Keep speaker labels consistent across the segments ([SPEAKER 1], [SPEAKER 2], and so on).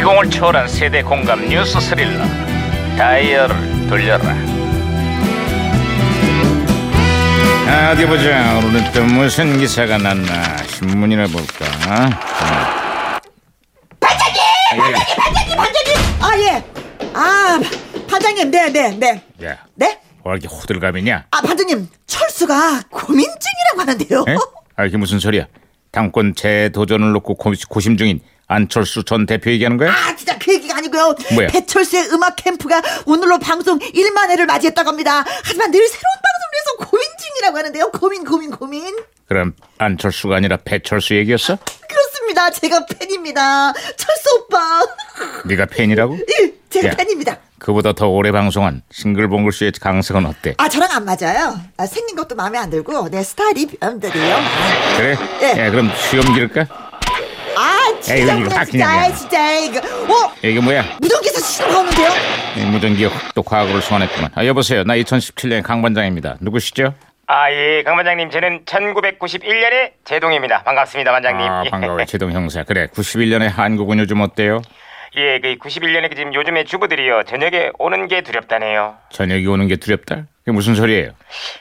[SPEAKER 1] 감정을 초월한 세대 공감 뉴스 스릴러 다이얼을 돌려라 아, 어디 보자 오늘은 또 무슨 기사가 났나 신문이나 볼까 반장님
[SPEAKER 2] 반장님! 아, 예. 아, 반장님, 네, 네, 네.
[SPEAKER 1] 야,
[SPEAKER 2] 네?
[SPEAKER 1] 왜 이렇게 호들갑이냐
[SPEAKER 2] 아, 반장님, 철수가 고민 중이라고 하는데요.
[SPEAKER 1] 에? 아, 이게 무슨 소리야 당권 재도전을 놓고 고- 고심 중인 안철수 전 대표 얘기하는 거야?
[SPEAKER 2] 아, 진짜 그 얘기가 아니고요.
[SPEAKER 1] 뭐야?
[SPEAKER 2] 배철수의 음악 캠프가 오늘로 방송 1만 회를 맞이했다고 합니다. 하지만 늘 새로운 방송을 해서 고민 중이라고 하는데요. 고민, 고민, 고민.
[SPEAKER 1] 그럼 안철수가 아니라 배철수 얘기였어?
[SPEAKER 2] 그렇습니다. 제가 팬입니다. 철수 오빠.
[SPEAKER 1] 네가 팬이라고?
[SPEAKER 2] 예, 제가
[SPEAKER 1] 야.
[SPEAKER 2] 팬입니다.
[SPEAKER 1] 그보다 더 오래 방송한 싱글봉글 씨의 강석은 어때?
[SPEAKER 2] 아, 저랑 안 맞아요. 아, 생긴 것도 마음에 안 들고, 내 스타일이 변함들이요.
[SPEAKER 1] 그래?
[SPEAKER 2] 예.
[SPEAKER 1] 야, 그럼 수염 기를까?
[SPEAKER 2] 아,
[SPEAKER 1] 야, 이거,
[SPEAKER 2] 진짜,
[SPEAKER 1] 이거
[SPEAKER 2] 그냥
[SPEAKER 1] 딱
[SPEAKER 2] 진짜,
[SPEAKER 1] 그냥,
[SPEAKER 2] 아,
[SPEAKER 1] 그냥.
[SPEAKER 2] 진짜, 이거. 어?
[SPEAKER 1] 이게 뭐야?
[SPEAKER 2] 무전기에서 신호가 오는데요?
[SPEAKER 1] 이 무전기 또 과거를 소환했구만. 아, 여보세요. 나 2017년 강 반장입니다. 누구시죠?
[SPEAKER 3] 아, 예, 강 반장님, 저는 1991년에 제동입니다. 반갑습니다, 반장님.
[SPEAKER 1] 아, 반가워요. 제동 형사. 그래. 91년에 한국은 요즘 어때요?
[SPEAKER 3] 예, 그 91년에 그 지금 요즘에 주부들이요, 저녁에 오는 게 두렵다네요.
[SPEAKER 1] 저녁이 오는 게 두렵다? 그게 무슨 소리예요?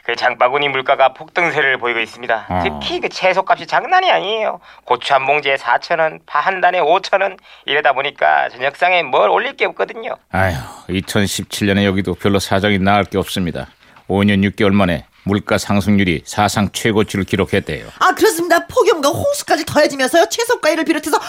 [SPEAKER 3] 그 장바구니 물가가 폭등세를 보이고 있습니다.
[SPEAKER 1] 어.
[SPEAKER 3] 특히 그 채소값이 장난이 아니에요. 고추 한 봉지에 4,000원, 파 한 단에 5,000원 이러다 보니까 저녁상에 뭘 올릴 게 없거든요.
[SPEAKER 1] 아휴, 2017년에 여기도 별로 사정이 나을 게 없습니다. 5년 6개월 만에 물가 상승률이 사상 최고치를 기록했대요.
[SPEAKER 2] 아 그렇습니다. 폭염과 홍수까지 더해지면서요. 채소과일을 비롯해서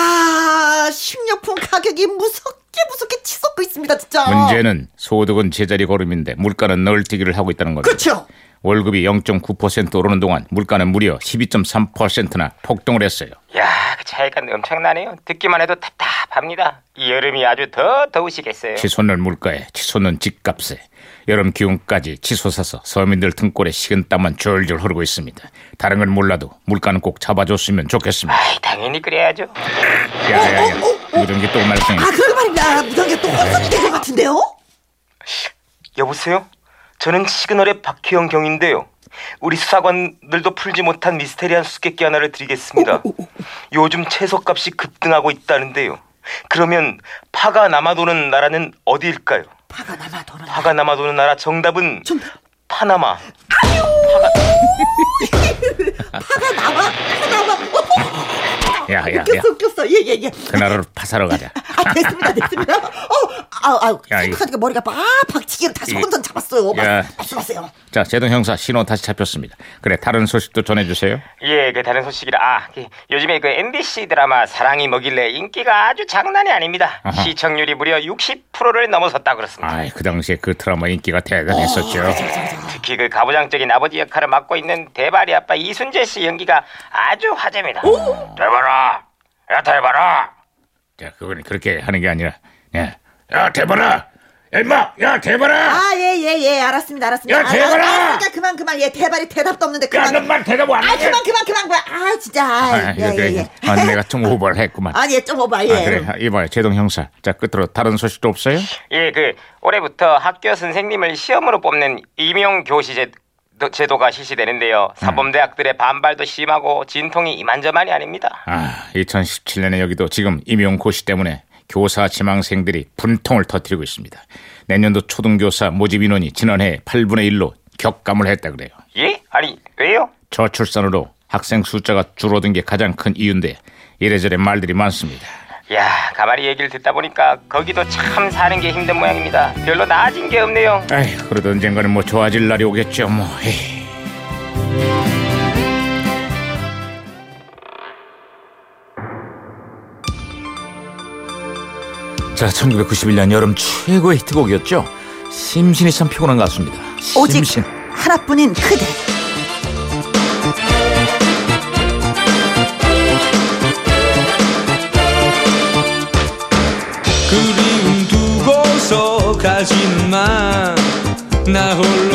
[SPEAKER 2] 와 식료품 가격이 무섭게 무섭게 치솟고 있습니다. 진짜.
[SPEAKER 1] 문제는 소득은 제자리 걸음인데 물가는 널뛰기를 하고 있다는 겁니다.
[SPEAKER 2] 그렇죠.
[SPEAKER 1] 월급이 0.9% 오르는 동안 물가는 무려 12.3%나 폭등을 했어요.
[SPEAKER 3] 야, 그 차이가 엄청나네요. 듣기만 해도 답답합니다. 이 여름이 아주 더 더우시겠어요.
[SPEAKER 1] 치솟는 물가에 치솟는 집값에 여름 기운까지 치솟아서 서민들 등골에 식은땀만 졸졸 흐르고 있습니다. 다른 건 몰라도 물가는 꼭 잡아줬으면 좋겠습니다.
[SPEAKER 3] 아이, 당연히 그래야죠.
[SPEAKER 1] 야야야,
[SPEAKER 2] 어, 어, 어.
[SPEAKER 1] 무전기 또 말썽이.
[SPEAKER 2] 아 그러고 말입니다. 무전기 또 혼선이 된 것 같은데요?
[SPEAKER 3] 여보세요? 저는 시그널의 박희영 경인데요. 우리 수사관들도 풀지 못한 미스테리한 수수께끼 하나를 드리겠습니다. 요즘 채소값이 급등하고 있다는데요. 그러면 파가 남아도는 나라는 어디일까요?
[SPEAKER 2] 파가 남아 도는.
[SPEAKER 3] 파가 남아도는 나라 정답은
[SPEAKER 2] 좀
[SPEAKER 3] 파나마.
[SPEAKER 2] 파가 남아 파 남아. 어,
[SPEAKER 1] 야야야,
[SPEAKER 2] 웃겼어 웃겼어. 예예 예.
[SPEAKER 1] 그 나라로 파사러 가자.
[SPEAKER 2] 아 됐습니다 됐습니다. 어 아우 아우
[SPEAKER 1] 야, 이거-
[SPEAKER 2] 생각하니까 머리가 막 박치기로 다시
[SPEAKER 1] 이-
[SPEAKER 2] 혼선 잡았어요.
[SPEAKER 1] 야.
[SPEAKER 2] 말- 말씀하세요.
[SPEAKER 1] 자, 제동 형사 신호 다시 잡혔습니다. 그래, 다른 소식도 전해주세요.
[SPEAKER 3] 예, 그 다른 소식이라. 아, 그 요즘에 그 MBC 드라마 사랑이 뭐길래 인기가 아주 장난이 아닙니다.
[SPEAKER 1] 아하.
[SPEAKER 3] 시청률이 무려 60%를 넘어섰다 그렇습니다.
[SPEAKER 1] 아이, 그 당시에 그 드라마 인기가 대단했었죠.
[SPEAKER 3] 특히 그 가부장적인 아버지 역할을 맡고 있는 대발이 아빠 이순재 씨 연기가 아주 화제입니다. 대발아, 야 대발아.
[SPEAKER 1] 자, 그건 그렇게 하는 게 아니라, 예. 야, 대봐라! 야, 임마! 야, 대봐라!
[SPEAKER 2] 아 예 예 예 알았습니다 알았습니다.
[SPEAKER 1] 야,
[SPEAKER 2] 아,
[SPEAKER 1] 대발아!
[SPEAKER 2] 아, 알았으니까 그만 그만 예 대발이 대답도 없는데
[SPEAKER 1] 야,
[SPEAKER 2] 그만.
[SPEAKER 1] 너만 대답 안
[SPEAKER 2] 아
[SPEAKER 1] 해!
[SPEAKER 2] 그만 그만 그만 그만 아 진짜
[SPEAKER 1] 아,
[SPEAKER 2] 아,
[SPEAKER 1] 이거 그래. 아, 내가 좀 오버를 했구만. 아,
[SPEAKER 2] 아니 예, 좀 오바 예
[SPEAKER 1] 그래. 아, 이봐요, 제동 형사. 자, 끝으로 다른 소식도 없어요?
[SPEAKER 3] 예, 그 올해부터 학교 선생님을 시험으로 뽑는 임용 교시 제도가 실시되는데요. 사범대학들의 반발도 심하고 진통이 이만저만이 아닙니다.
[SPEAKER 1] 아, 2017년에 여기도 지금 임용고시 때문에 교사 지망생들이 분통을 터뜨리고 있습니다. 내년도 초등교사 모집 인원이 지난해 8분의 1로 격감을 했다 그래요.
[SPEAKER 3] 예? 아니 왜요?
[SPEAKER 1] 저출산으로 학생 숫자가 줄어든 게 가장 큰 이유인데 이래저래 말들이 많습니다.
[SPEAKER 3] 야, 가만히 얘기를 듣다 보니까 거기도 참 사는 게 힘든 모양입니다. 별로 나아진 게 없네요.
[SPEAKER 1] 에이, 그래도 언젠가는 뭐 좋아질 날이 오겠죠, 뭐. 에이. 자, 1991년 여름 최고의 히트곡이었죠. 심신이 참 피곤한 가수입니다.
[SPEAKER 2] 오직
[SPEAKER 1] 심신.
[SPEAKER 2] 하나뿐인 그대
[SPEAKER 4] 그리움 두고서 가지는 마나 홀로